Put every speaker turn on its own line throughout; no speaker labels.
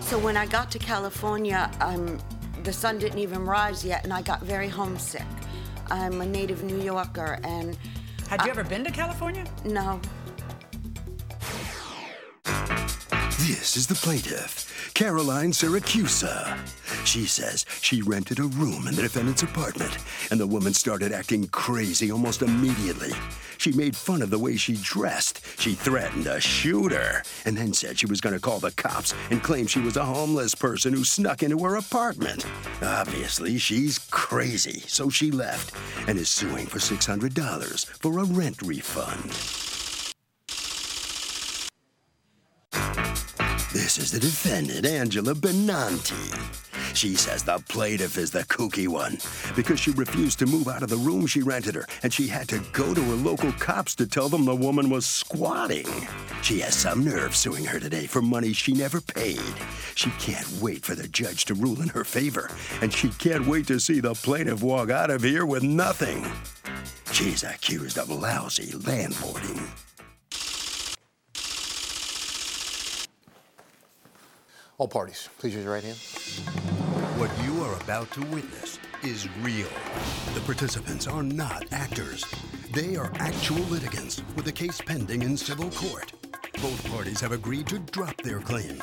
So when I got to California, um, the sun didn't even rise yet, and I got very homesick. I'm a native New Yorker, and
Had
Uh,
you ever been to California?
no,
This is the plaintiff, Caroline Syracusa. She says she rented a room in the defendant's apartment, and the woman started acting crazy almost immediately. She made fun of the way she dressed. She threatened to shoot her, and then said she was going to call the cops and claim she was a homeless person who snuck into her apartment. Obviously, she's crazy, so she left and is suing for $600 for a rent refund. This is the defendant, Angela Benanti. She says the plaintiff is the kooky one because she refused to move out of the room she rented her, and she had to go to her local cops to tell them the woman was squatting. She has some nerve suing her today for money she never paid. She can't wait for the judge to rule in her favor, and she can't wait to see the plaintiff walk out of here with nothing. She's accused of lousy landlording.
All parties, please use your right hand.
What you are about to witness is real. The participants are not actors. They are actual litigants with a case pending in civil court. Both parties have agreed to drop their claims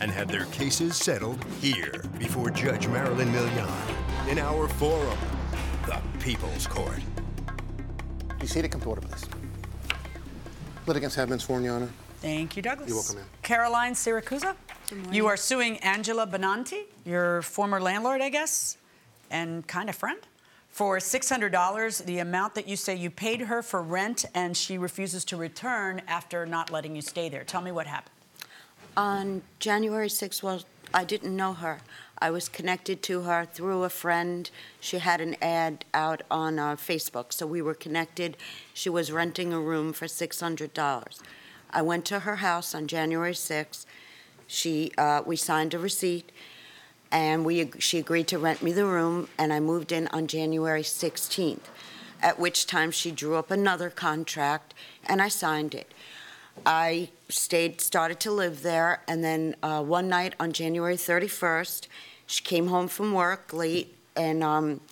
and have their cases settled here before Judge Marilyn Millian in our forum, the People's Court.
Be seated, come to order, please. Litigants have been sworn, Your Honor.
Thank you, Douglas.
You're welcome, ma'am.
Caroline Syracusa. You are suing Angela Benanti, your former landlord, I guess, and kind of friend, for $600, the amount that you say you paid her for rent, and she refuses to return after not letting you stay there. Tell me what happened.
on January 6th, well, I didn't know her. I was connected to her through a friend. She had an ad out on uh, Facebook, so we were connected. She was renting a room for $600. I went to her house on January 6th. She, uh, we signed a receipt, and we, ag- she agreed to rent me the room, and I moved in on January 16th, at which time she drew up another contract, and I signed it. I stayed, started to live there, and then uh, one night on January 31st, she came home from work late, and um,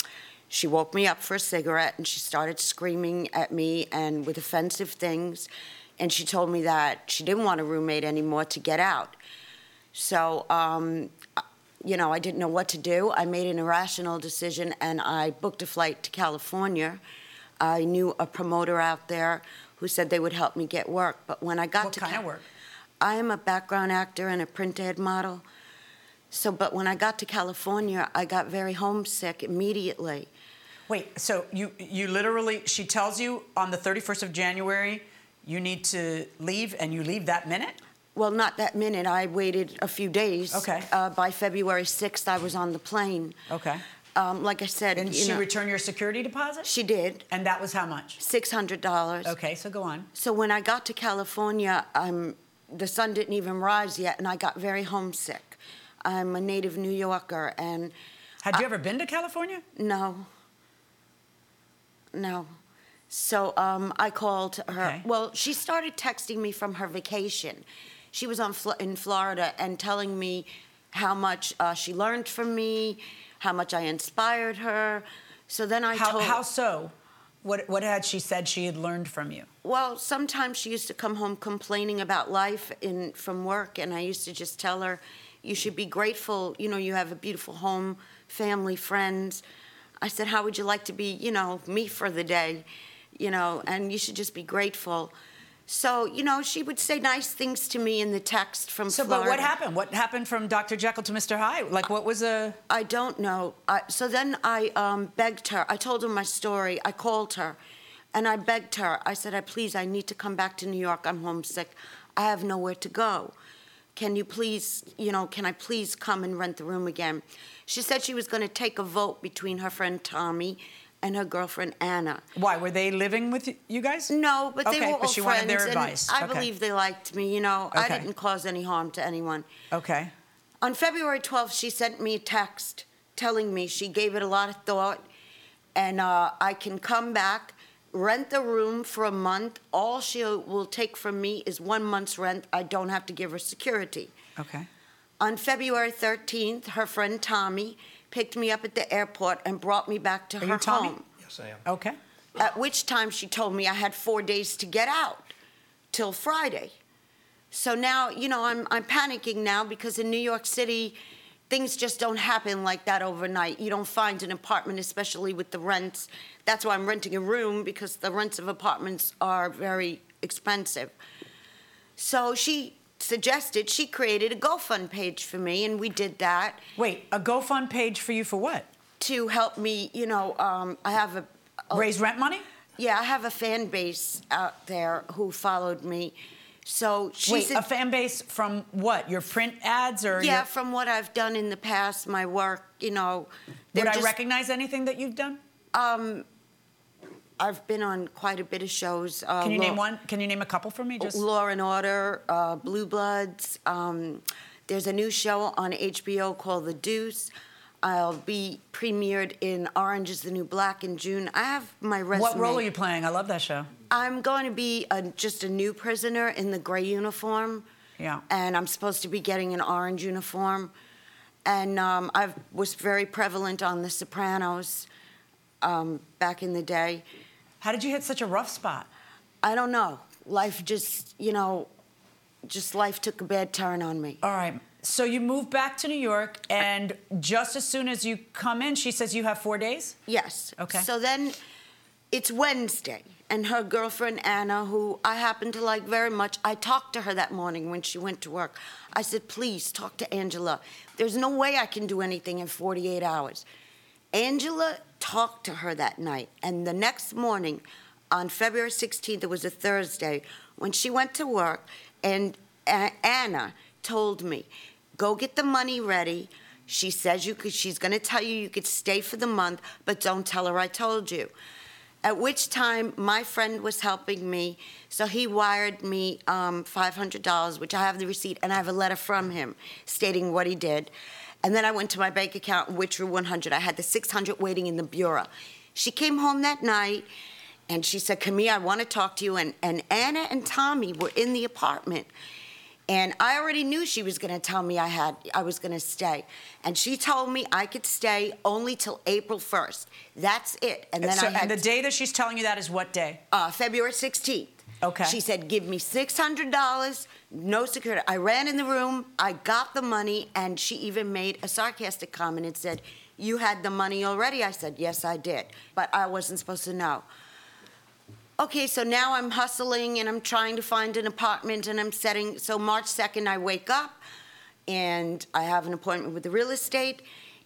she woke me up for a cigarette, and she started screaming at me and with offensive things, and she told me that she didn't want a roommate anymore to get out. So, um, I- you know, I didn't know what to do. I made an irrational decision, and I booked a flight to California. I knew a promoter out there who said they would help me get work. But when I got
What
to
kind
Ca-
of work?
I am a background actor and a print ad model. So, but when I got to California, I got very homesick immediately.
Wait, so you, you literally, she tells you on the 31st of January, you need to leave, and you leave that minute?
Well, not that minute. I waited a few days.
Okay.
Uh, by February 6th, I was on the plane.
Okay.
Um, like I said,
And
you
she
know,
returned your security deposit?
she did
and that was how much?
$600.
Okay, so go on.
So when I got to California, um, the sun didn't even rise yet, and I got very homesick. I'm a native New Yorker, and
Had you ever been to California?
no, no. So um, I called her.
Okay.
Well, she started texting me from her vacation. She was on Fl- in Florida and telling me how much uh, she learned from me, how much I inspired her. So then I
How,
told
how so? What, what had she said she had learned from you?
Well, sometimes she used to come home complaining about life in from work, and I used to just tell her, "You should be grateful. You know, you have a beautiful home, family, friends." I said, "How would you like to be? You know, me for the day, you know, and you should just be grateful." So, you know, she would say nice things to me in the text from
So,
Florida.
but what happened? What happened from Dr. Jekyll to Mr. Hyde? Like, what was uh, a.
I don't know. I, so then I um, begged her. I told her my story. I called her, and I begged her. I said, "I please, I need to come back to New York. I'm homesick. I have nowhere to go. Can you please, you know, can I please come and rent the room again?" She said she was going to take a vote between her friend Tommy and her girlfriend Anna.
Why? Were they living with y- you guys?
No, but they
Okay,
were all
but she
friends,
wanted their
and
advice.
I
Okay.
believe they liked me. You know, I
Okay.
didn't cause any harm to anyone.
Okay.
On February 12th, she sent me a text telling me she gave it a lot of thought and uh, I can come back, rent the room for a month. All she will take from me is one month's rent. I don't have to give her security.
Okay.
On February 13th, her friend Tommy picked me up at the airport and brought me back to
Are
her
you Tommy?
home.
Yes, I am.
Okay.
At which time she told me I had four days to get out till Friday. So now, you know, I'm, I'm panicking now because in New York City, things just don't happen like that overnight. You don't find an apartment, especially with the rents. That's why I'm renting a room because the rents of apartments are very expensive. So she suggested, she created a GoFund page for me, and we did that
Wait, a GoFund page for you for what?
to help me, you know, um, I have a. a-
Raise rent money?
Yeah, I have a fan base out there who followed me. So she
Wait,
said,
a fan base from what? Your print ads or
yeah,
your-
from what I've done in the past, my work, you know.
Would
they're
I
just- Um,
recognize anything that you've done?
I've been on quite a bit of shows. Uh,
Can you
Law-
name one? Can you name a couple for me? Just
Law and Order, uh, Blue Bloods. Um, there's a new show on HBO called The Deuce. I'll be premiered in Orange is the New Black in June. I have my resume.
what role are you playing? I love that show.
I'm going to be a, just a new prisoner in the gray uniform.
Yeah.
And I'm supposed to be getting an orange uniform. And um, I was very prevalent on The Sopranos um, back in the day.
How did you hit such a rough spot?
I don't know. Life just, you know, just life took a bad turn on me.
All right. So you move back to New York, and just as soon as you come in, she says you have four days.
Yes.
Okay.
So then it's Wednesday, and her girlfriend Anna, who I happen to like very much, I talked to her that morning when she went to work. I said, please talk to Angela. There's no way I can do anything in 48 hours. Angela talked to her that night, and the next morning, on February 16th, it was a Thursday, when she went to work, and A- Anna told me, go get the money ready. She says you could, she's going to tell you you could stay for the month, but don't tell her I told you. At which time, my friend was helping me, so he wired me um, $500, which I have the receipt, and I have a letter from him stating what he did. And then I went to my bank account and withdrew 100. I had the 600 waiting in the bureau. She came home that night, and she said, Camille, I want to talk to you. And, and Anna and Tommy were in the apartment. And I already knew she was going to tell me I had I was going to stay. And she told me I could stay only till April 1st. That's it. And then
so,
I had
and the day that she's telling you that is what day?
uh, February 16th.
Okay.
She said, give me $600, no security. I ran in the room, I got the money, and she even made a sarcastic comment and said, You had the money already? I said, Yes, I did, but I wasn't supposed to know. Okay, so now I'm hustling and I'm trying to find an apartment and I'm setting. So March 2nd, I wake up and I have an appointment with the real estate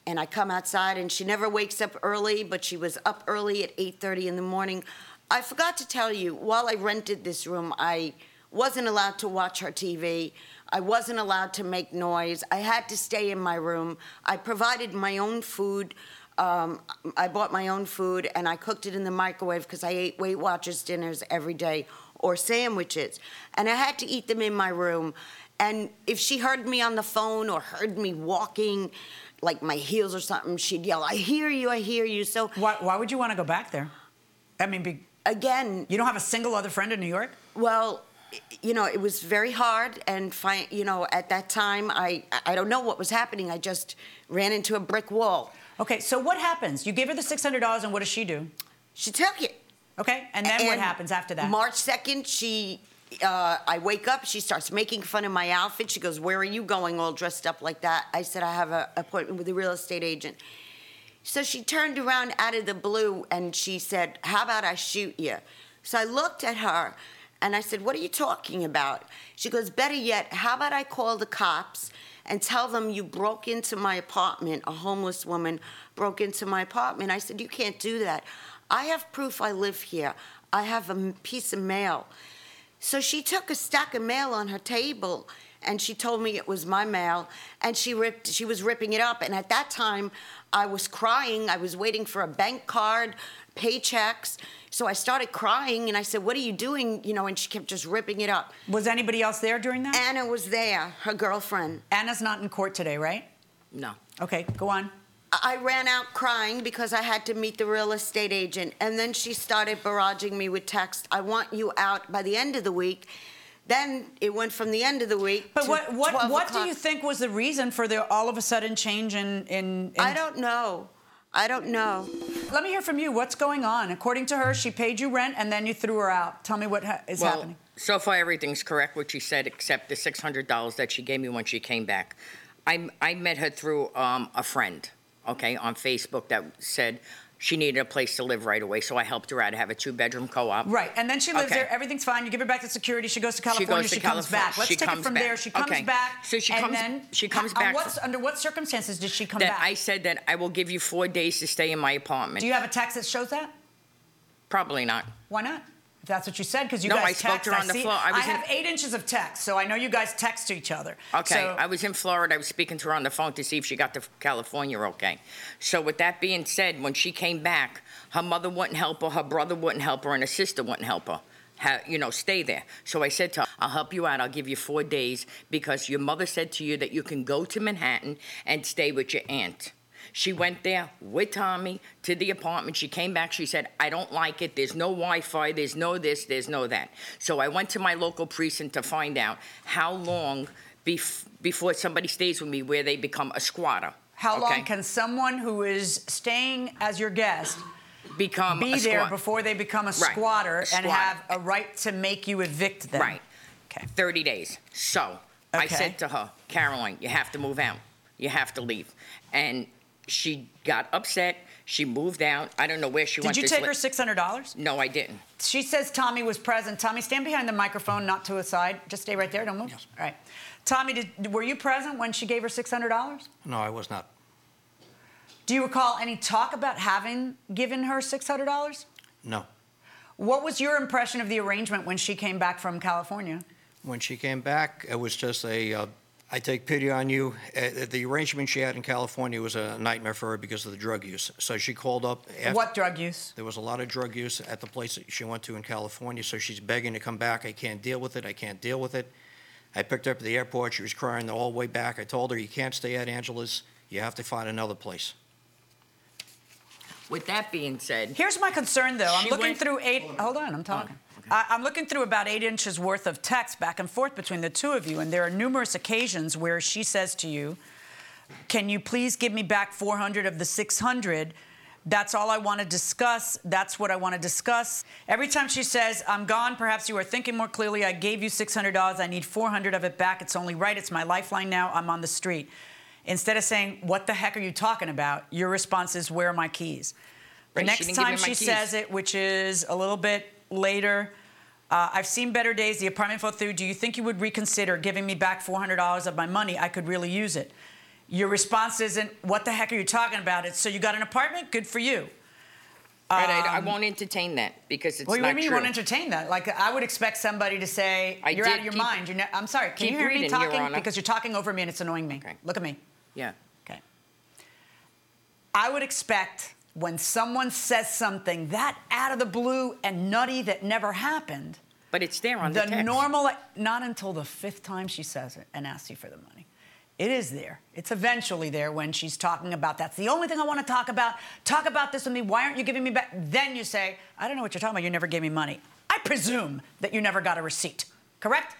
and I come outside and she never wakes up early, but she was up early at 8:30 in the morning. I forgot to tell you, while I rented this room, I wasn't allowed to watch her TV. I wasn't allowed to make noise. I had to stay in my room. I provided my own food. Um, I bought my own food and I cooked it in the microwave because I ate Weight Watchers dinners every day or sandwiches. And I had to eat them in my room. And if she heard me on the phone or heard me walking, like my heels or something, she'd yell, I hear you, I hear you. So
Why, why would you want to go back there? I mean, be,
again,
you don't have a single other friend in New York.
Well, i- you know, it was very hard, and fi- you know, at that time, I I don't know what was happening. I just ran into a brick wall.
Okay. So what happens? You give her the six hundred dollars, and what does she do?
She took it.
Okay. And then what happens after that?
March second, she. Uh, I wake up. She starts making fun of my outfit. She goes, "Where are you going, all dressed up like that?" I said, "I have an appointment with a real estate agent." So she turned around out of the blue and she said, How about I shoot you? So I looked at her and I said, What are you talking about? She goes, Better yet, how about I call the cops and tell them you broke into my apartment? A homeless woman broke into my apartment. I said, You can't do that. I have proof I live here, I have a m- piece of mail. So she took a stack of mail on her table and she told me it was my mail and she ripped she was ripping it up and at that time I was crying I was waiting for a bank card paychecks so I started crying and I said what are you doing you know and she kept just ripping it up
was anybody else there during that?
Anna was there her girlfriend
Anna's not in court today, right?
no
Okay. Go on.
I ran out crying because I had to meet the real estate agent. And then she started barraging me with text I want you out by the end of the week. Then it went from the end of the week
But
to
what what
12
what do
o'clock.
you think was the reason for the all of a sudden change in in? in
I don't know. I don't know.
Let me hear from you. What's going on? According to her, she paid you rent and then you threw her out. Tell me what ha- is happening.
So far, everything's correct what she said, except the six hundred dollars that she gave me when she came back. I I met her through um, a friend, okay, on Facebook that said she needed a place to live right away, so I helped her out. I have a two bedroom co op.
Right, and then she lives
Okay.
there. Everything's fine. You give her back to security. She goes to California.
goes to
comes
California.
back. Let's
She
take it
comes
from
back.
there. She comes
Okay.
back.
So she
and
comes-
Then,
she comes
on
back
what's-
for-
under what circumstances did she come
That
back?
I said that I will give you four days to stay in my apartment.
Do you have a text that shows that?
Probably not.
Why not? If that's what you said, because you
No,
guys
I spoke
text.
to her on the
see-
floor.
I,
I was in-
have eight inches of text, so I know you guys text each other.
Okay,
So-
I was in Florida. I was speaking to her on the phone to see if she got to California okay. So, with that being said, when she came back, her mother wouldn't help her, her brother wouldn't help her, and her sister wouldn't help her. Ha you know, stay there. So I said to her, I'll help you out. I'll give you four days because your mother said to you that you can go to Manhattan and stay with your aunt. She went there with Tommy to the apartment. She came back. She said, I don't like it. There's no Wi Fi. There's no this. There's no that. So I went to my local precinct to find out how long bef- before somebody stays with me where they become a squatter.
How
okay?
long can someone who is staying as your guest
become
be
a
there
squat-
before they become a
a
squatter and
squatter.
have a right to make you evict them?
Right.
Okay.
30 days. So I
Okay.
said to her, Caroline, you have to move out. You have to leave. And she got upset. She moved out. I don't know where she went.
Did you
This
take
li-
her six hundred dollars?
No, I didn't.
She says Tommy was present. Tommy, stand behind the microphone, not to a side. Just stay right there. Don't move. All right. Tommy, did, were you present when she gave her six hundred dollars?
No, I was not.
Do you recall any talk about having given her six hundred dollars?
No.
What was your impression of the arrangement when she came back from California?
When she came back, it was just a, uh, I take pity on you. Uh, the arrangement she had in California was a nightmare for her because of the drug use. So she called up. After,
What drug use?
There was a lot of drug use at the place that she went to in California, so she's begging to come back. I can't deal with it. I can't deal with it. I picked her up at the airport. She was crying the whole way back. I told her, you can't stay at Angela's. You have to find another place.
With that being said,
Here's my concern, though. I'm
She
looking
went- Oh,
through eight. Hold on, I'm talking. I, I'm looking through about eight inches worth of text back and forth between the two of you, and there are numerous occasions where she says to you, "Can you please give me back 400 of the 600?" That's all I want to discuss. That's what I want to discuss. Every time she says, I'm gone, perhaps you are thinking more clearly. I gave you $600. I need 400 of it back. It's only right. It's my lifeline now. I'm on the street. Instead of saying, What the heck are you talking about? Your response is, Where are my keys? The
Right, she
next
didn't give me
time
my
she
keys.
says it, which is a little bit later, uh, I've seen better days. The apartment fell through. Do you think you would reconsider giving me back $400 of my money? I could really use it. Your response isn't, What the heck are you talking about? It's, So you got an apartment? Good for you.
But I, I won't e-, entertain that because it's
Um, Well, what
not
do you mean you
true.
won't entertain that? Like, I would expect somebody to say,
I
"You're
did
out of your
keep-
mind." You're ne- I'm sorry. Can
keep
you hear me
reading, Your
talking?
Honor.
Because you're talking over me and it's annoying me.
Okay.
Look at me.
yeah.
Okay. I would expect when someone says something that out of the blue and nutty that never happened,
But it's there on the,
the
text.
normal, not until the fifth time she says it and asks you for the money. It is there. It's eventually there when she's talking about that's the only thing I want to talk about. Talk about this with me. Why aren't you giving me back? Then you say, I don't know what you're talking about. You never gave me money. I presume that you never got a receipt, correct?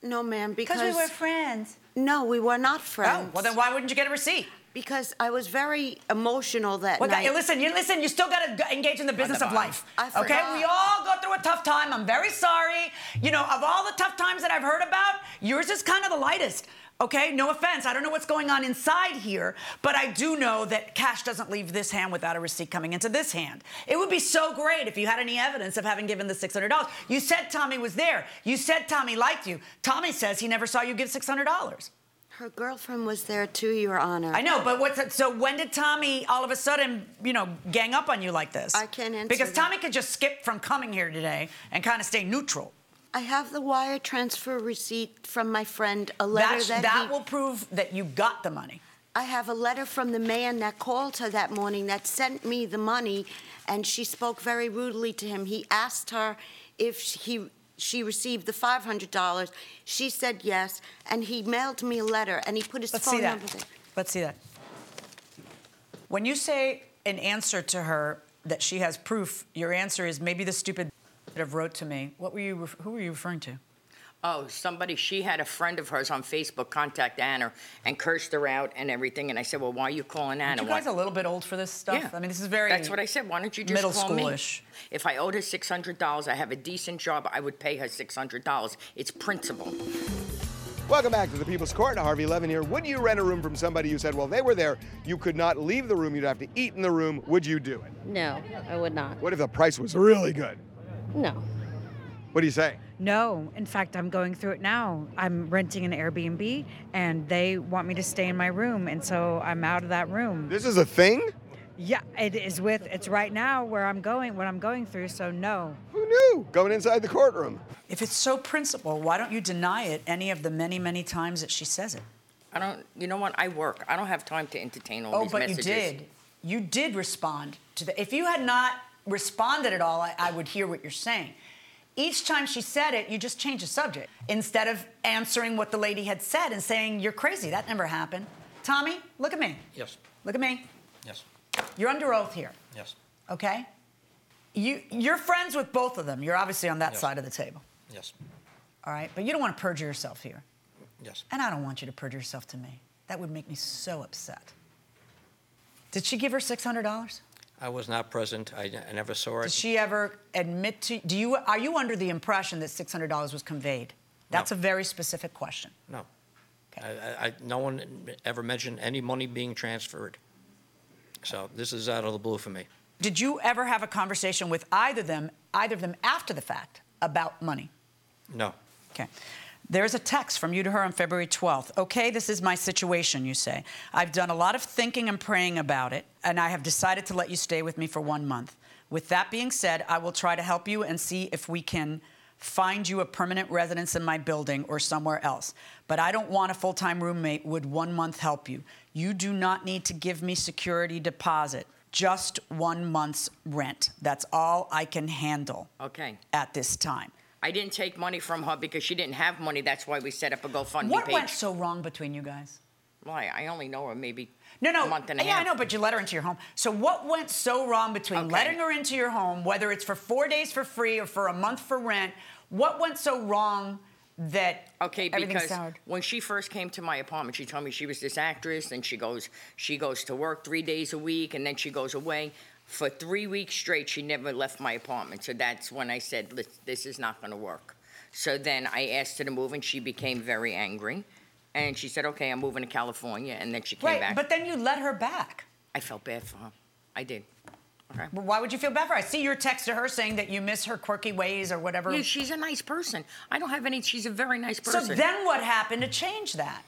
No, ma'am, because
Because we were friends.
no, we were not friends.
Oh, well, then why wouldn't you get a receipt?
Because I was very emotional that
What the,
night.
listen, you listen. You still got to engage in the business of
bottom.
life.
I
okay,
forgot.
we all go through a tough time. I'm very sorry. You know, of all the tough times that I've heard about, yours is kind of the lightest. Okay, no offense. I don't know what's going on inside here, but I do know that cash doesn't leave this hand without a receipt coming into this hand. It would be so great if you had any evidence of having given the $600. You said Tommy was there. You said Tommy liked you. Tommy says he never saw you give $600.
Her girlfriend was there too, Your Honor.
I know, but what's that? So when did Tommy all of a sudden, you know, gang up on you like this?
I can't answer
because
that.
Tommy could just skip from coming here today and kind of stay neutral.
I have the wire transfer receipt from my friend. A letter
That,
that,
that
he,
will prove that you got the money.
I have a letter from the man that called her that morning that sent me the money, and she spoke very rudely to him. He asked her if he she received the five hundred dollars. She said yes, and he mailed me a letter, and he put his
Let's
phone
see that.
number there.
Let's see that. When you say an answer to her that she has proof, your answer is maybe the stupid that have wrote to me. What were you? ref- Who were you referring to?
Oh, somebody, she had a friend of hers on Facebook contact Anna and cursed her out and everything. And I said, well, why are you calling Anna?
Aren't you
Why-
guys a little bit old for this stuff?
Yeah.
I mean, this is very.
That's what I said. Why don't you just
middle
call me?
schoolish.
If I owed her six hundred dollars, I have a decent job. I would pay her six hundred dollars. It's principle.
Welcome back to the People's Court. Harvey Levin here. Would you rent a room from somebody who said, well, they were there, you could not leave the room, you'd have to eat in the room? Would you do it?
No, I would not.
What if the price was really good?
No.
What do you say?
No, in fact, I'm going through it now. I'm renting an Airbnb and they want me to stay in my room. And so I'm out of that room.
This is a thing?
Yeah, it is with, it's right now where I'm going, what I'm going through. So no.
Who knew? Going inside the courtroom.
If it's so principled, why don't you deny it any of the many, many times that she says it?
I don't. You know what? I work. I don't have time to entertain all
Oh,
these
but
messages.
you did. You did respond to the. If you had not responded at all, I, I would hear what you're saying. Each time she said it, you just changed the subject instead of answering what the lady had said and saying, "You're crazy. That never happened." Tommy, look at me.
Yes,
Look at me.
yes,
You're under oath here.
yes,
Okay. You you're friends with both of them. You're obviously on that
Yes.
side of the table.
yes,
All right, but you don't want to perjure yourself here.
yes.
And I don't want you to perjure yourself to me. That would make me so upset. Did she give her $600?
I was not present. I, I never saw it.
Did she ever admit to do you are you under the impression that $600 was conveyed? That's
No.
a very specific question.
No. I,
Okay.
I, I- no one ever mentioned any money being transferred. So this is out of the blue for me.
Did you ever have a conversation with either them either of them after the fact about money?
No.
Okay. There's a text from you to her on February 12th. Okay, this is my situation, you say. I've done a lot of thinking and praying about it, and I have decided to let you stay with me for one month. With that being said, I will try to help you and see if we can find you a permanent residence in my building or somewhere else. But I don't want a full time roommate. Would one month help you? You do not need to give me security deposit, just one month's rent. That's all I can handle
Okay.
at this time.
I didn't take money from her because she didn't have money. That's why we set up a GoFundMe
What
page.
went so wrong between you guys?
Why? I only know her maybe
No, no.
a month and a
yeah,
half.
I know, but you let her into your home. So what went so wrong between
Okay.
letting her into your home, whether it's for four days for free or for a month for rent? What went so wrong that
Okay,
everything
because
soured?
when she first came to my apartment, she told me she was this actress, and she goes, she goes to work three days a week, and then she goes away for three weeks straight. She never left my apartment, so that's when I said, "Lis- "This is not going to work." So then I asked her to move, and she became very angry, and she said, "Okay, I'm moving to California," and then she came
Right,
back.
but then you let her back.
I felt bad for her. I did. Okay.
But why would you feel bad for her? I see your text to her saying that you miss her quirky ways or whatever.
Yeah, she's a nice person. I don't have any. She's a very nice
so
person.
then what happened to change that?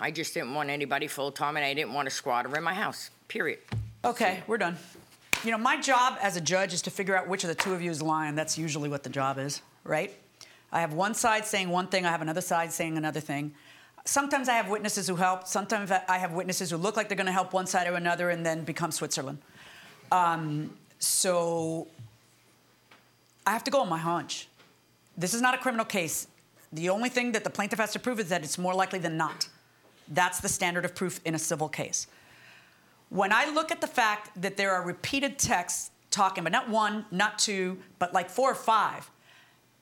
I just didn't want anybody full time, and I didn't want a squatter in my house. Period.
Okay, we're done. You know, my job as a judge is to figure out which of the two of you is lying. That's usually what the job is, right? I have one side saying one thing, I have another side saying another thing. Sometimes I have witnesses who help, sometimes I have witnesses who look like they're gonna help one side or another and then become Switzerland. Um, so I have to go on my hunch. This is not a criminal case. The only thing that the plaintiff has to prove is that it's more likely than not. That's the standard of proof in a civil case when I look at the fact that there are repeated texts talking, but not one, not two, but like four or five,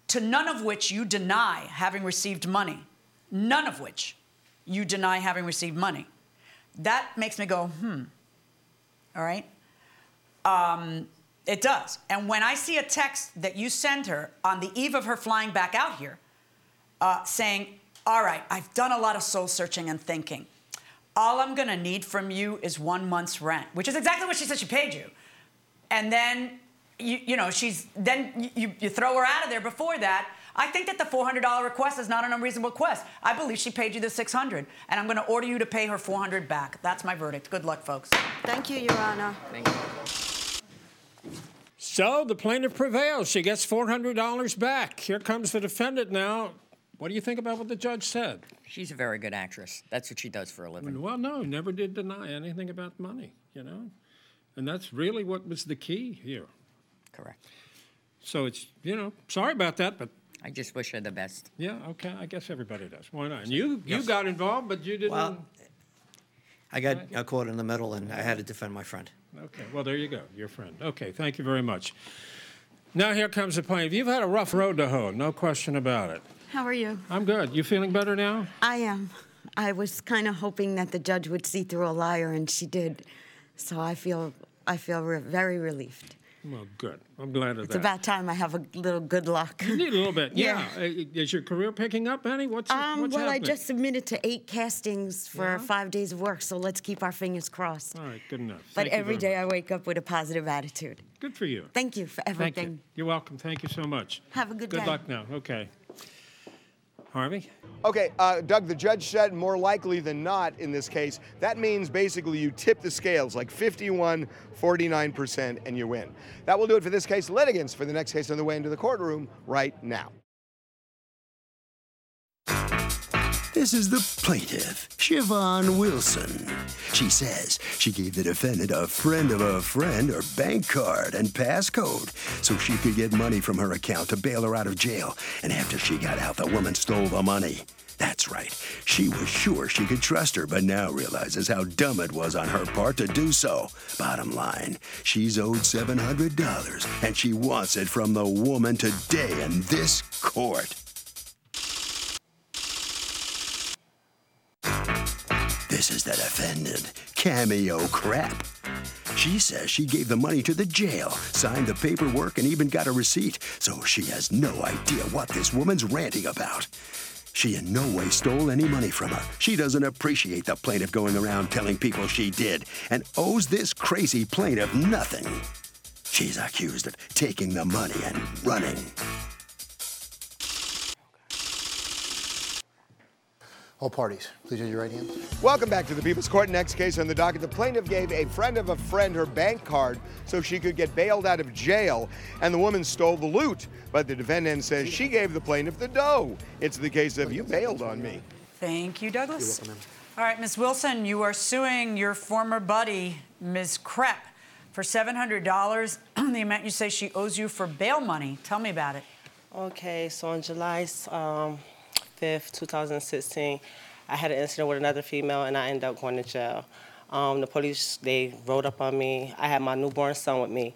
to none of which you deny having received money, none of which you deny having received money, that makes me go, hmm, all right? Um, it does. And when I see a text that you send her on the eve of her flying back out here, uh, saying, All right, I've done a lot of soul searching and thinking. All I'm gonna need from you is one month's rent, which is exactly what she said she paid you. And then, you, you know, she's, then you- you, you throw her out of there before that. I think that the $400 request is not an unreasonable request. I believe she paid you the 600 and I'm gonna order you to pay her 400 back. That's my verdict. Good luck, folks.
Thank you, Your Honor.
Thank you.
So the plaintiff prevails. She gets $400 back. Here comes the defendant now. What do you think about what the judge said?
She's a very good actress. That's what she does for a living.
Well, no, never did deny anything about money, you know? And that's really what was the key here.
Correct.
So it's, you know, sorry about that, but
I just wish her the best.
yeah, okay, I guess everybody does. Why not? And you, you got involved, but you didn't.
Well- I got uh, caught in the middle and I had to defend my friend.
Okay, well, there you go, your friend. Okay, thank you very much. Now here comes the plaintiff. You've had a rough road to hoe, no question about it.
How are you?
I'm good. You feeling better now?
I am. I was kind of hoping that the judge would see through a liar, and she did. So I feel I feel re- very relieved.
Well, good. I'm glad of
It's
that.
about time I have a little good luck.
You need a little bit.
Yeah.
Yeah. Uh, Is your career picking up, Annie? What's,
Um,
what's
well, I
happening?
just submitted to eight castings for
Yeah?
five days of work, so let's keep our fingers crossed.
All right, good enough.
But
Thank you
every
very
day
much.
I wake up with a positive attitude.
Good for you.
Thank you for
Thank
everything.
you. You're welcome. Thank you so much.
Have a good
Good
day.
luck now. Okay. Harvey?
Okay, uh, Doug, the judge said more likely than not in this case. That means basically you tip the scales like 51, 49%, and you win. That will do it for this case. Litigants for the next case on the way into the courtroom right now.
This is the plaintiff, Siobhan Wilson. She says she gave the defendant a friend of a friend her bank card and passcode so she could get money from her account to bail her out of jail. And after she got out, the woman stole the money. That's right. She was sure she could trust her, but now realizes how dumb it was on her part to do so. Bottom line, she's owed $700 and she wants it from the woman today in this court. This is the defendant, Cameo Crap. She says she gave the money to the jail, signed the paperwork, and even got a receipt, so she has no idea what this woman's ranting about. She in no way stole any money from her. She doesn't appreciate the plaintiff going around telling people she did and owes this crazy plaintiff nothing. She's accused of taking the money and running.
All parties, please raise your right hand.
Welcome back to the People's Court. Next case on the docket. The plaintiff gave a friend of a friend her bank card so she could get bailed out of jail, and the woman stole the loot. But the defendant says she gave the plaintiff the dough. It's the case of you bailed on me.
Thank you, Douglas. All right, Ms. Wilson, you are suing your former buddy, Ms. Krepp, for $700, the amount you say she owes you for bail money. Tell me about it.
Okay, so on July um, 5th, 2016, I had an incident with another female and I ended up going to jail. Um, the police, they rode up on me. I had my newborn son with me.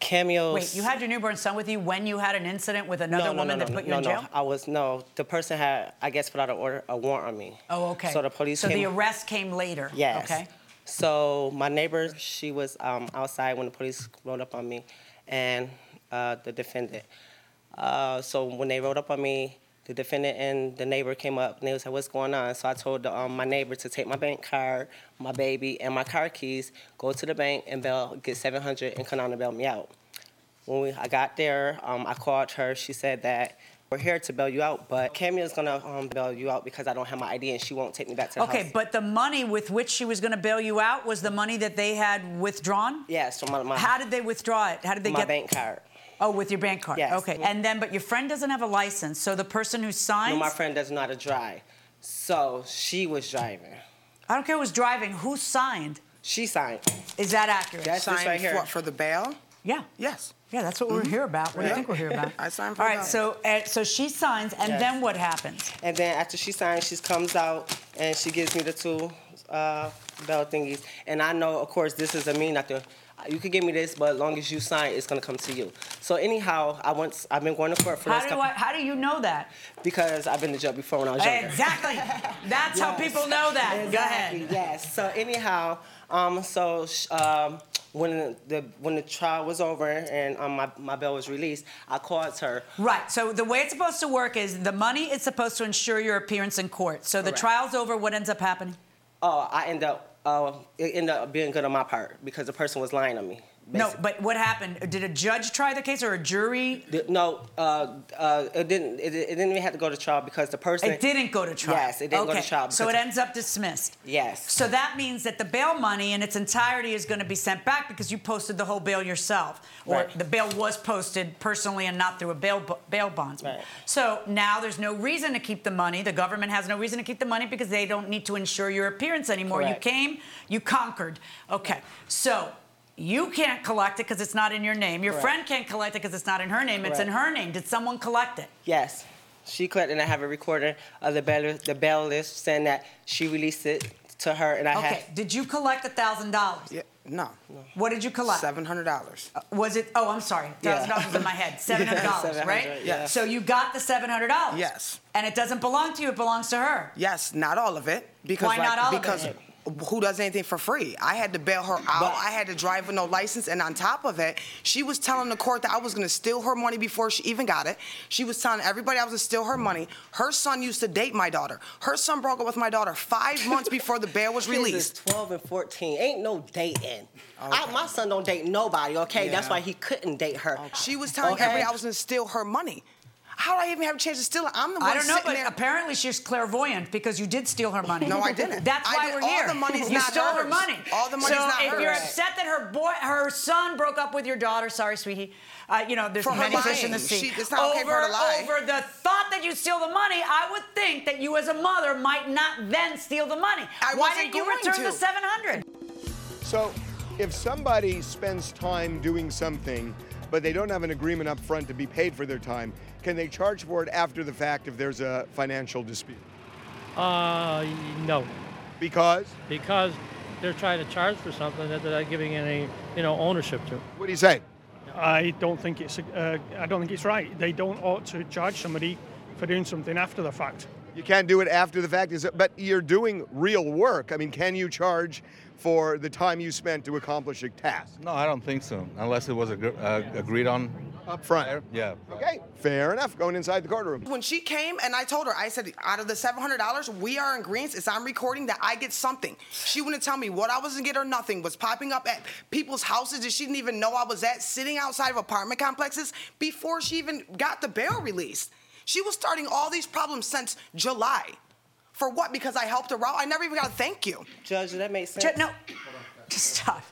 Cameos.
Wait, you had your newborn son with you when you had an incident with
No,
another
no, no,
woman
no,
that put
no,
you in
no,
jail?
No, I was, no. The person had, I guess, put out an order, a warrant on me.
Oh, okay.
So the police
So
came.
the arrest came later.
Yes.
Okay.
So my neighbor, she was um, outside when the police rolled up on me, and uh, the defendant. Uh, so when they rolled up on me, the defendant and the neighbor came up and they was like, "What's going on?" So I told the, um, my neighbor to take my bank card, my baby, and my car keys, go to the bank and bail, get seven hundred, and come down and bail me out. When we, I got there, um, I called her. She said that. We're here to bail you out, but Cammy is gonna um, bail you out because I don't have my ID and she won't take me back to the house.
Okay, but the money with which she was going to bail you out was the money that they had withdrawn?
Yes, from my, my-
How did they withdraw it? How did they
my
get
bank card.
Oh, with your bank card.
Yes.
Okay. And then but your friend doesn't have a license. So the person who signs
No, my friend doesn't know how to drive. So she was driving.
I don't care who's driving, who signed?
She signed.
Is that accurate?
That's this Signed right here. for-
for the bail?
Yeah.
Yes.
Yeah, that's what
Mm-hmm.
we're here about. What do you
Yeah.
think we're here about?
I signed for
All
the
right,
bail.
so uh, so she signs and
Yes.
then what happens?
And then after she signed, she comes out and she gives me the two uh, bell thingies. And I know, of course, this is a me nothing. You could give me this, but as long as you sign, it's gonna come to you. So anyhow, I once I've been going to court for
How
this
do I, how do you know that?
because I've been to jail before when I was younger.
Exactly. That's how
Yes.
people know that. Go ahead.
Exactly, Yes. So anyhow, um, so sh- um, when the when the trial was over and um, my my bill was released, I called her.
Right. So the way it's supposed to work is the money is supposed to ensure your appearance in court. So the
Correct.
trial's over. What ends up happening?
Oh, I end up uh, it ended up being good on my part because the person was lying on me.
No, but what happened? Did a judge try the case or a jury?
The- No, uh, uh, it didn't. It, it didn't even have to go to trial because the person.
It didn't go to trial.
Yes, it didn't
okay.
go to trial.
So
because
it
the-
ends up dismissed.
Yes.
So that means that the bail money in its entirety is going to be sent back because you posted the whole bail yourself, or
Right.
the bail was posted personally and not through a bail bo- bail bondsman. So now there's no reason to keep the money. The government has no reason to keep the money because they don't need to insure your appearance anymore.
Correct.
You came, you conquered. Okay. So. You can't collect it because it's not in your name. Your
Correct.
friend can't collect it because it's not in her name. It's in
Correct.
her name. Did someone collect it?
Yes. She collected, and I have a recording of the bail, the bail list saying that she released it to her, and I
okay.
had
Did you collect a thousand dollars?
No.
What did you collect?
Seven hundred dollars.
Was it? Oh, I'm sorry. Thousand dollars was in my head. Seven hundred dollars, right?
yeah.
So you got the seven hundred dollars. Yes. And it doesn't belong to you. It belongs to her.
Yes, not all of it. Because
Why
like,
not all of
because
it?
who does anything for free? I had to bail her out.
But-
I had to drive with no license, and on top of it, she was telling the court that I was going to steal her money before she even got it. She was telling everybody I was going to steal her money. Her son used to date my daughter. Her son broke up with my daughter five months before the bail was
Kids is
released.
12 and 14. Ain't no dating. I, my son don't date nobody, okay? That's
Yeah.
why he couldn't date her.
She was telling
Okay?
everybody I was going to steal her money. How do I even have a chance to steal it? I'm the one
I don't know,
sitting
but
there.
apparently she's clairvoyant because you did steal her money.
No, I didn't.
That's
I
why
did-
we're
all
here.
the money's
you
not
stole her
hers.
money.
All the money's
so
not
if you're
hers.
upset that her boy, her son broke up with your daughter, sorry, sweetie. Uh, you know, there's
For her
many fish in the
lying.
sea.
She- it's not okay for her to
Over-
lie.
Over the thought that you steal the money, I would think that you, as a mother, might not then steal the money.
I
why
wasn't
didn't you
going
return
to.
the seven hundred?
So, if somebody spends time doing something, but they don't have an agreement up front to be paid for their time, can they charge for it after the fact if there's a financial dispute?
Uh, no.
Because?
Because they're trying to charge for something that they're not giving any, you know, ownership to.
What do you say?
I don't think it's. Uh, I don't think it's right. They don't ought to charge somebody for doing something after the fact.
You can't do it after the fact, is it? But you're doing real work. I mean, can you charge for the time you spent to accomplish a task?
No, I don't think so, unless it was agre- uh, agreed on.
Up front.
Yeah.
Okay, fair enough. Going inside the courtroom.
When she came and I told her, I said, out of the seven hundred dollars, we are in greens. It's I'm recording that I get something. She wouldn't tell me what I was gonna get or nothing. Was popping up at people's houses that she didn't even know I was at, sitting outside of apartment complexes before she even got the bail released. She was starting all these problems since July. For what? Because I helped her out. I never even got a thank you.
Judge, did that make sense?
no, just stop.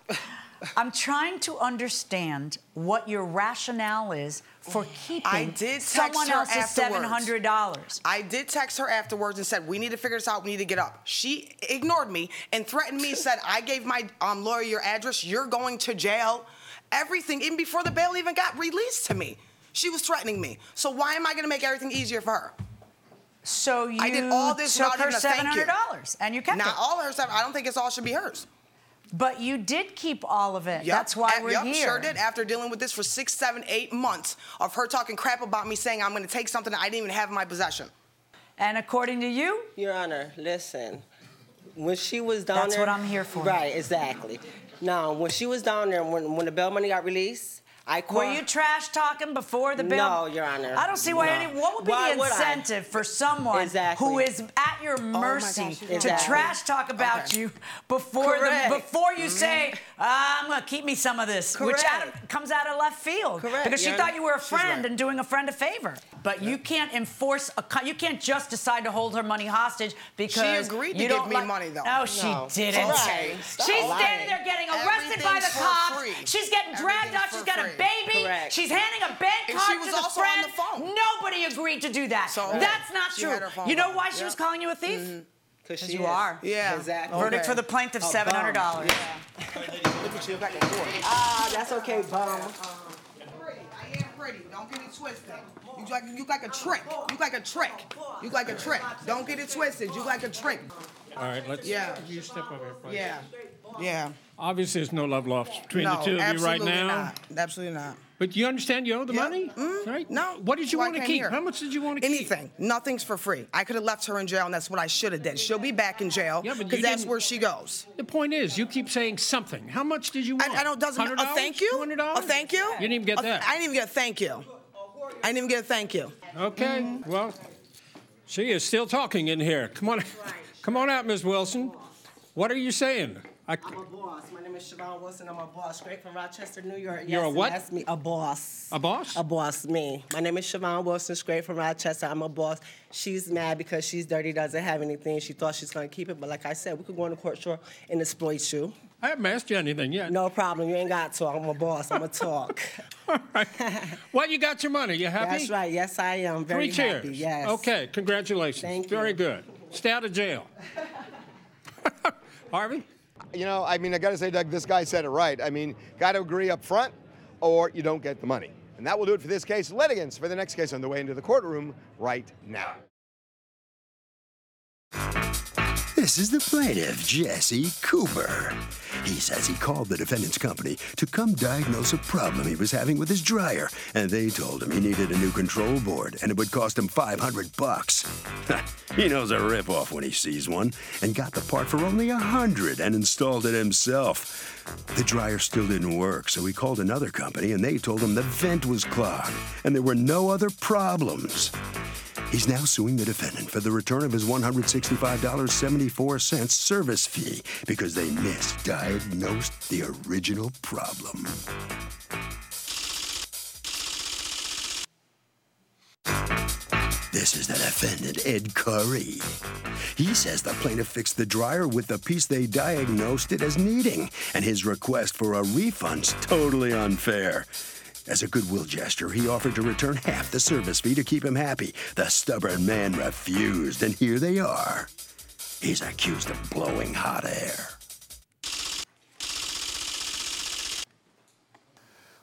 I'm trying to understand what your rationale is for keeping
I did text
someone
her
else's
afterwards.
seven hundred dollars.
I did text her afterwards and said, "We need to figure this out. We need to get up." She ignored me and threatened me. said, "I gave my um, lawyer your address. You're going to jail." Everything, even before the bail even got released to me, she was threatening me. So why am I going to make everything easier for her?
So you
I did all this
took
without
her
even a
seven
thank you.
hundred dollars, and you kept
Not
it.
all her stuff. I don't think it's all should be hers.
But you did keep all of it.
Yep.
That's why
A-
we're
yep,
here.
Sure did. After dealing with this for six, seven, eight months of her talking crap about me, saying I'm going to take something that I didn't even have in my possession.
And according to you,
Your Honor, listen. When she was down
That's
there,
what I'm here for.
Right, exactly. Now, when she was down there, when when the bail money got released, I called.
were you trash talking before the bill?
No, Your Honor.
I don't see why
No.
any. What would be
Why
the
would I?
incentive for someone who
Exactly.
is at your
Oh my
mercy
gosh,
to
exactly.
trash talk about
Okay.
you before
Correct.
the before you say
Mhm.
"Ah, I'm gonna keep me some of this, which out of, comes out of left field
Correct,
because she
Your
thought
Honor.
you were a
She's
friend
right.
and doing a friend a favor. But you can't enforce a. co- You can't just decide to hold her money hostage because
agreed to
you
give
don't
me
like-
money, though.
No, she
No.
didn't.
Okay, stop
She's standing
lying.
there getting arrested by the
Everything's for
cops.
free.
She's getting dragged
Everything's
out. She's
for
got a
free.
baby.
Correct.
She's handing a bank
And
card
she was
to the
also on
friend.
the phone.
Nobody agreed to do that.
So-
That's not
She
true.
had her phone
You know
on.
why she
Yeah. Mm-hmm.
was calling you a thief?
Because
you are.
Yeah. Exactly.
Verdict for the plaintiff,
A
seven hundred
bum.
dollars.
Look at you back and forth.
Ah, that's okay, bum.
I am pretty. Don't get it twisted. You like you like a trick. You like a trick. You like a trick. Don't get it twisted. You like a trick.
All right, let's.
Yeah.
You step over here, please.
Yeah. Yeah.
Obviously, there's no love lost between
no,
the two of you right
absolutely
now.
Not. Absolutely not.
But you understand you owe the
Yeah. Mm-hmm.
money, right?
No.
What did you
Why
want
I
to
came
keep?
here.
How much did you want to keep?
Anything. Nothing's for free. I could have left her in jail, and that's what I should have did. She'll be back in jail
Yeah, but
because
you
that's
didn't-
where she goes.
The point is, you keep saying something. How much did you want?
I, I don't. Doesn't
$100?
a thank you?
$200?
A thank you?
You didn't even get
A-
that.
I didn't even get a thank you. I didn't even get a thank you. Mm-hmm.
Okay. Well, she is still talking in here. Come on, come on out, Ms. Wilson. What are you saying? I,
I'm a boss. My name is Siobhan Wilson. I'm a boss, straight from Rochester, New York.
You're a
Yes,
what?
That's me. A boss.
A boss?
A boss. Me. My name is Siobhan Wilson, straight from Rochester. I'm a boss. She's mad because she's dirty, doesn't have anything. She thought she's gonna keep it, but like I said, we could go on the court shore and exploit you.
I haven't asked you anything yet.
No problem. You ain't got to. I'm a boss. I'm a talk.
Well, you got your money. You happy?
That's right. Yes, I am. Very
Three cheers.
happy. Yes.
Okay. Congratulations. Thank
you.
Very good. Stay out of jail. Harvey?
You know, I mean, I got to say, Doug, this guy said it right. I mean, got to agree up front or you don't get the money. And that will do it for this case. Litigants for the next case on the way into the courtroom right now.
This is the plaintiff, Jesse Cooper. He says he called the defendant's company to come diagnose a problem he was having with his dryer, and they told him he needed a new control board and it would cost him 500 bucks. he knows a ripoff when he sees one, and got the part for only a hundred and installed it himself. The dryer still didn't work, so he called another company and they told him the vent was clogged and there were no other problems. He's now suing the defendant for the return of his $165.74 service fee because they misdiagnosed the original problem. This is the defendant, Ed Curry. He says the plaintiff fixed the dryer with the piece they diagnosed it as needing, and his request for a refund's totally unfair. As a goodwill gesture, he offered to return half the service fee to keep him happy. The stubborn man refused, and here they are. He's accused of blowing hot air.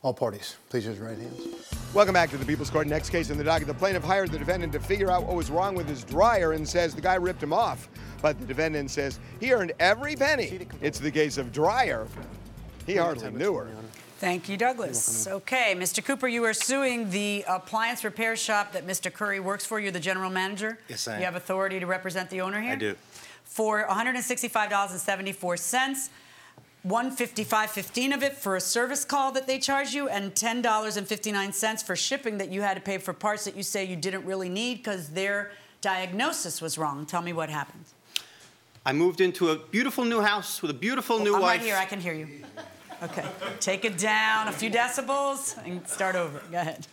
All parties, please raise your right hands.
Welcome back to the People's Court. Next case in the docket, the plaintiff hired the defendant to figure out what was wrong with his dryer and says the guy ripped him off. But the defendant says he earned every penny. It's the case of dryer. He hardly knew her.
Thank you, Douglas. Okay, Mr. Cooper, you are suing the appliance repair shop that Mr. Curry works for. You're the general manager.
Yes, I am.
You have authority to represent the owner here?
I do.
For $165.74, 155.15 of it for a service call that they charge you, and $10.59 for shipping that you had to pay for parts that you say you didn't really need because their diagnosis was wrong. Tell me what happened.
I moved into a beautiful new house with a beautiful new
Oh, I'm
wife.
right here. I can hear you. Okay. Take it down a few decibels and start over. Go ahead.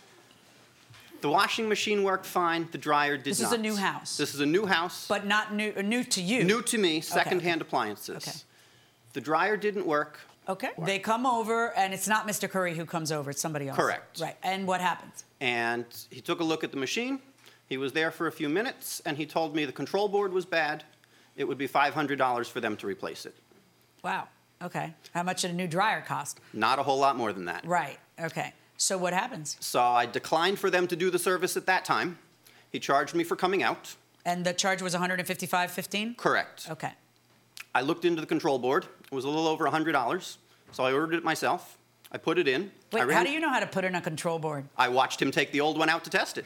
The washing machine worked fine. The dryer did
This
not.
is a new house.
This is a new house.
But not new, new to you.
New to me,
Okay.
secondhand appliances.
Okay.
The dryer didn't work.
Okay. They come over, and it's not Mr. Curry who comes over, it's somebody else.
Correct.
Right. And what happens?
And he took a look at the machine. He was there for a few minutes, and he told me the control board was bad. It would be $500 for them to replace it.
Wow. Okay. How much did a new dryer cost?
Not a whole lot more than that.
Right. Okay. So what happens?
So I declined for them to do the service at that time. He charged me for coming out.
And the charge was 155.15?
Correct.
Okay.
I looked into the control board. It was a little over $100, so I ordered it myself. I put it in. I
Wait,
ran-
how do you know how to put in a control board?
I watched him take the old one out to test it.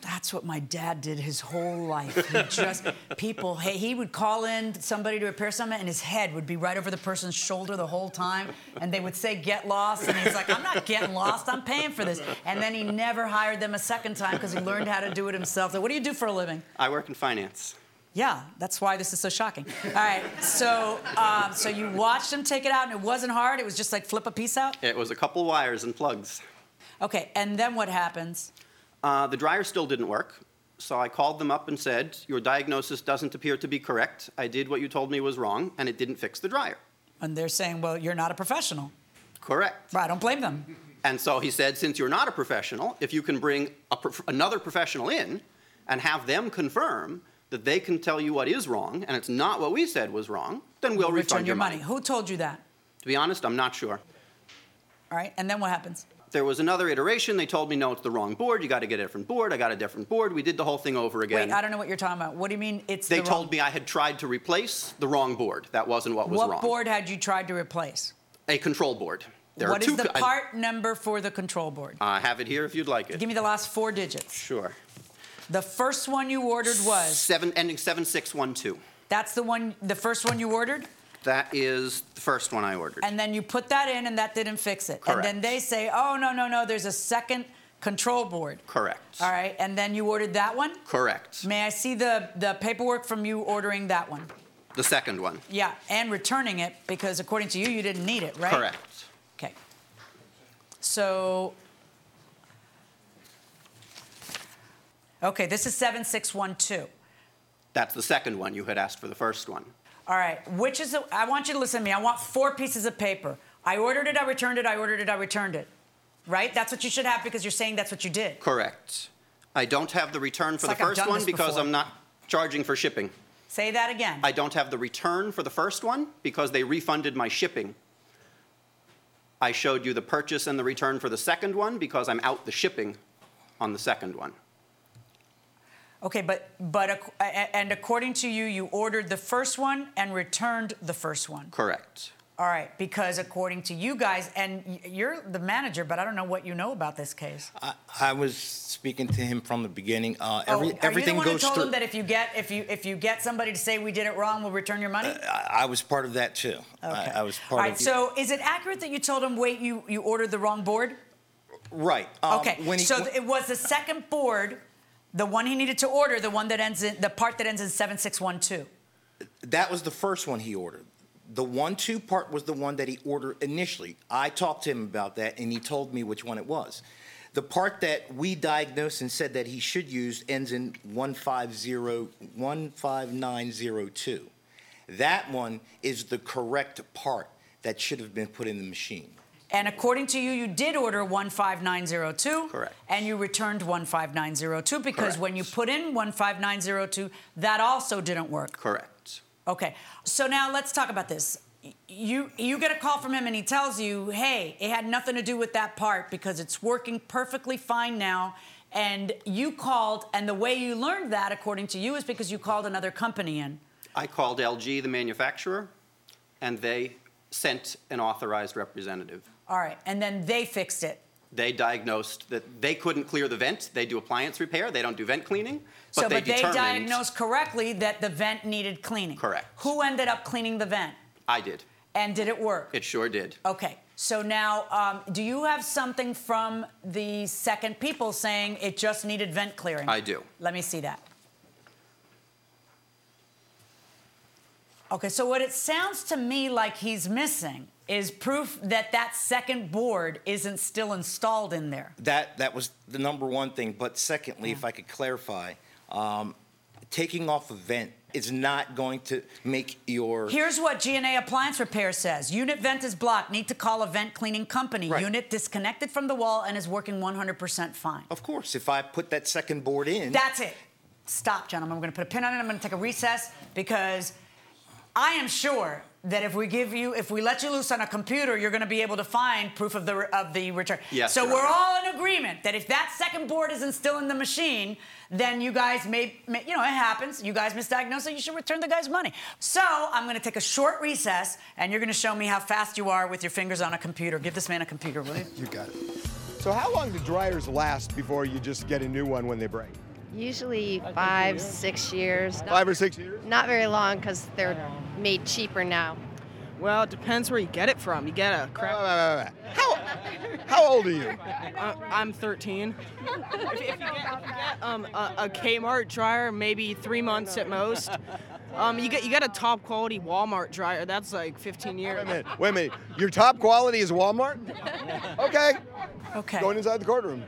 That's what my dad did his whole life. He just people hey, he would call in somebody to repair something and his head would be right over the person's shoulder the whole time and they would say get lost and he's like I'm not getting lost, I'm paying for this. And then he never hired them a second time because he learned how to do it himself. So what do you do for a living?
I work in finance.
Yeah, that's why this is so shocking. All right, so um, so you watched him take it out and it wasn't hard. It was just like flip a piece out.
It was a couple wires and plugs.
Okay, and then what happens?
Uh, the dryer still didn't work, so I called them up and said, Your diagnosis doesn't appear to be correct. I did what you told me was wrong, and it didn't fix the dryer.
And they're saying, well, you're not a professional.
Correct.
Right, I don't blame them.
And so he said, Since you're not a professional, if you can bring a prof- another professional in and have them confirm that they can tell you what is wrong and it's not what we said was wrong, then we'll,
Return
refund
your money.
money.
Who told you that?
To be honest, I'm not sure.
All right, and then what happens?
There was another iteration. They told me, no, it's the wrong board. You got to get a different board. I got a different board. We did the whole thing over again.
Wait, I don't know what you're talking about. What do you mean it's
they
the
told
wrong?
me I had tried to replace the wrong board. That wasn't what was
what
wrong.
board had you tried to replace?
A control board. There
what
are
is
two.
the
co- I-
part number for the control board?
I, have it here if you'd like it.
Give me the last four digits.
Sure.
The first one you ordered was
Seven ending seven six one two.
that's the one, the first one you ordered,
That is the first one I ordered.
and then you put that in, and that didn't fix it. And then
Correct.
they say, oh no no no, there's a second control board.
Correct.
All right, and then you ordered that one.
Correct.
May I see the the paperwork from you ordering that one?
The second one.
Yeah, and returning it because according to you, you didn't need it, right?
Correct.
Okay. So, okay, this is 7612.
That's the second one. You had asked for the first one.
All right, which is the, I want you to listen to me. I want four pieces of paper. I ordered it, I returned it, I ordered it, I returned it. Right? That's what you should have because you're saying that's what you did.
Correct. I don't have the return
It's
for
like
the
I've
first
done
one
this
because
before.
I'm not charging for shipping.
Say that again.
I don't have the return for the first one because they refunded my shipping. I showed you the purchase and the return for the second one because I'm out the shipping on the second one.
Okay, but but ac- a- a- and according to you, you ordered the first one and returned the first one.
Correct.
All right, because according to you guys, and y- you're the manager, but I don't know what you know about this case.
I, I was speaking to him from the beginning. Uh,
Oh,
every,
are
everything
you the one
goes
who told
through.
them that if you get if you if you get somebody to say we did it wrong, we'll return your
Uh,
money?
I, I was part of that too.
Okay.
I, I was
All
part
right.
of.
So is it accurate that you told him, wait, you you ordered the wrong board?
right. Um,
okay.
When he,
so it was the second board, the one he needed to order, the one that ends in the part that ends in seven six one two.
that was the first one he ordered. The one-two part was the one that he ordered initially. I talked to him about that, and he told me which one it was. The part that we diagnosed and said that he should use ends in 150 15902. That one is the correct part that should have been put in the machine.
And according to you, you did order 15902. Correct. And you returned 15902 because when you put in 15902, that also didn't work.
Correct.
Okay. So now let's talk about this. Y- You you get a call from him and he tells you, "Hey, it had nothing to do with that part because it's working perfectly fine now." And you called, and the way you learned that, according to you, is because you called another company in.
I called LG, the manufacturer, and they sent an authorized representative.
All right, and then they fixed it.
They diagnosed that they couldn't clear the vent. They do appliance repair. They don't do vent cleaning. But
so,
they
but they
determined.
diagnosed correctly that the vent needed cleaning. Correct. Who ended up cleaning the vent,
I did.
and did it work?
It sure did.
Okay. So now, um, do you have something from the second people saying it just needed vent clearing?
I do.
Let me see that. Okay, so what it sounds to me like he's missing is proof that that second board isn't still installed in there.
That that was the number one thing. But secondly, if I could clarify, um, taking off a vent is not going to make your
Here's what GNA Appliance Repair says. Unit vent is blocked. Need to call a vent cleaning company. Unit disconnected from the wall and is working 100% fine.
Of course, if I put that second board in,
That's it. Stop, gentlemen. We're going to put a pin on it. I'm going to take a recess because I am sure that if we give you, if we let you loose on a computer, you're going to be able to find proof of the of the return.
Yes,
So
Your
we're
Honor.
all in agreement that if that second board isn't still in the machine, then you guys may, may you know, it happens. You guys misdiagnose it. You should return the guy's money. So I'm going to take a short recess, and you're going to show me how fast you are with your fingers on a computer. Give this man a computer, will you?
You got it. So how long do dryers last before you just get a new one when they break?
Usually five, six years. Not-
Five or six years?
Not very long because they're made cheaper now.
Well, it depends where you get it from. You get a crap.
How old are you?
Uh, I'm 13. if, if you get, if you get, um, a, a Kmart dryer, maybe three months at most. Um, you get you get a top quality Walmart dryer. That's like 15 years.
Wait a minute. Your top quality is Walmart? Okay.
Okay.
Going inside the courtroom.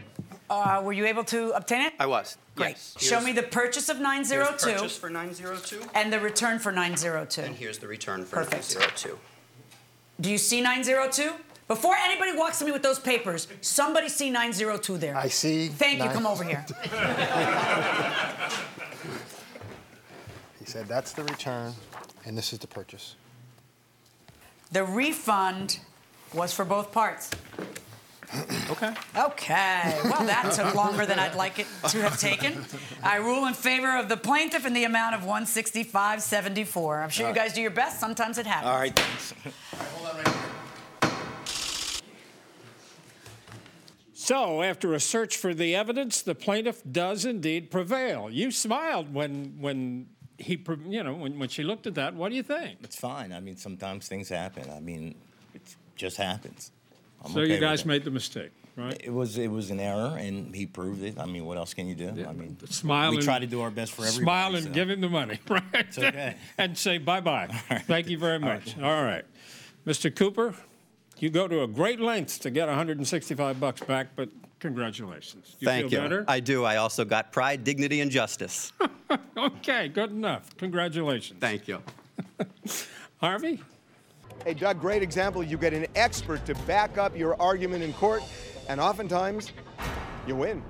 Uh, were you able to obtain it?
I was.
Great.
Yes.
Show me the purchase of 902.
Here's purchase for 902.
And the return for 902.
And here's the return for 902.
Do you see 902? Before anybody walks to me with those papers, somebody see 902 there. I
see.
Thank you.
nine-
Come over here.
He said that's the return, and this is the purchase.
The refund was for both parts.
Okay.
Okay. Well, that took longer than I'd like it to have taken. I rule in favor of the plaintiff in the amount of 165.74.
All
I'm sure you
right.
guys do your best. Sometimes it happens.
all right, thanks.
So, after a search for the evidence, the plaintiff does indeed prevail. You smiled when when he, pre- you know, when, when she looked at that. What do you think?
It's fine. I mean, sometimes things happen. I mean, it just happens. I'm
so
okay
you
with
guys
it.
made the mistake, right?
It was it was an error, and he proved it. I mean, what else can you do? I mean,
Smile.
We
and-
try to do our best for everybody.
Smile and
so.
give him the money, right?
okay.
and say bye bye. Thank you very much. All right, Mr. Cooper, you go to a great length to get 165 bucks back, but congratulations. You
Thank
feel
you.
Better?
I do. I also got pride, dignity, and justice.
okay, good enough. Congratulations.
Thank you.
Harvey?
Hey, Doug, great example. You get an expert to back up your argument in court, and oftentimes you win.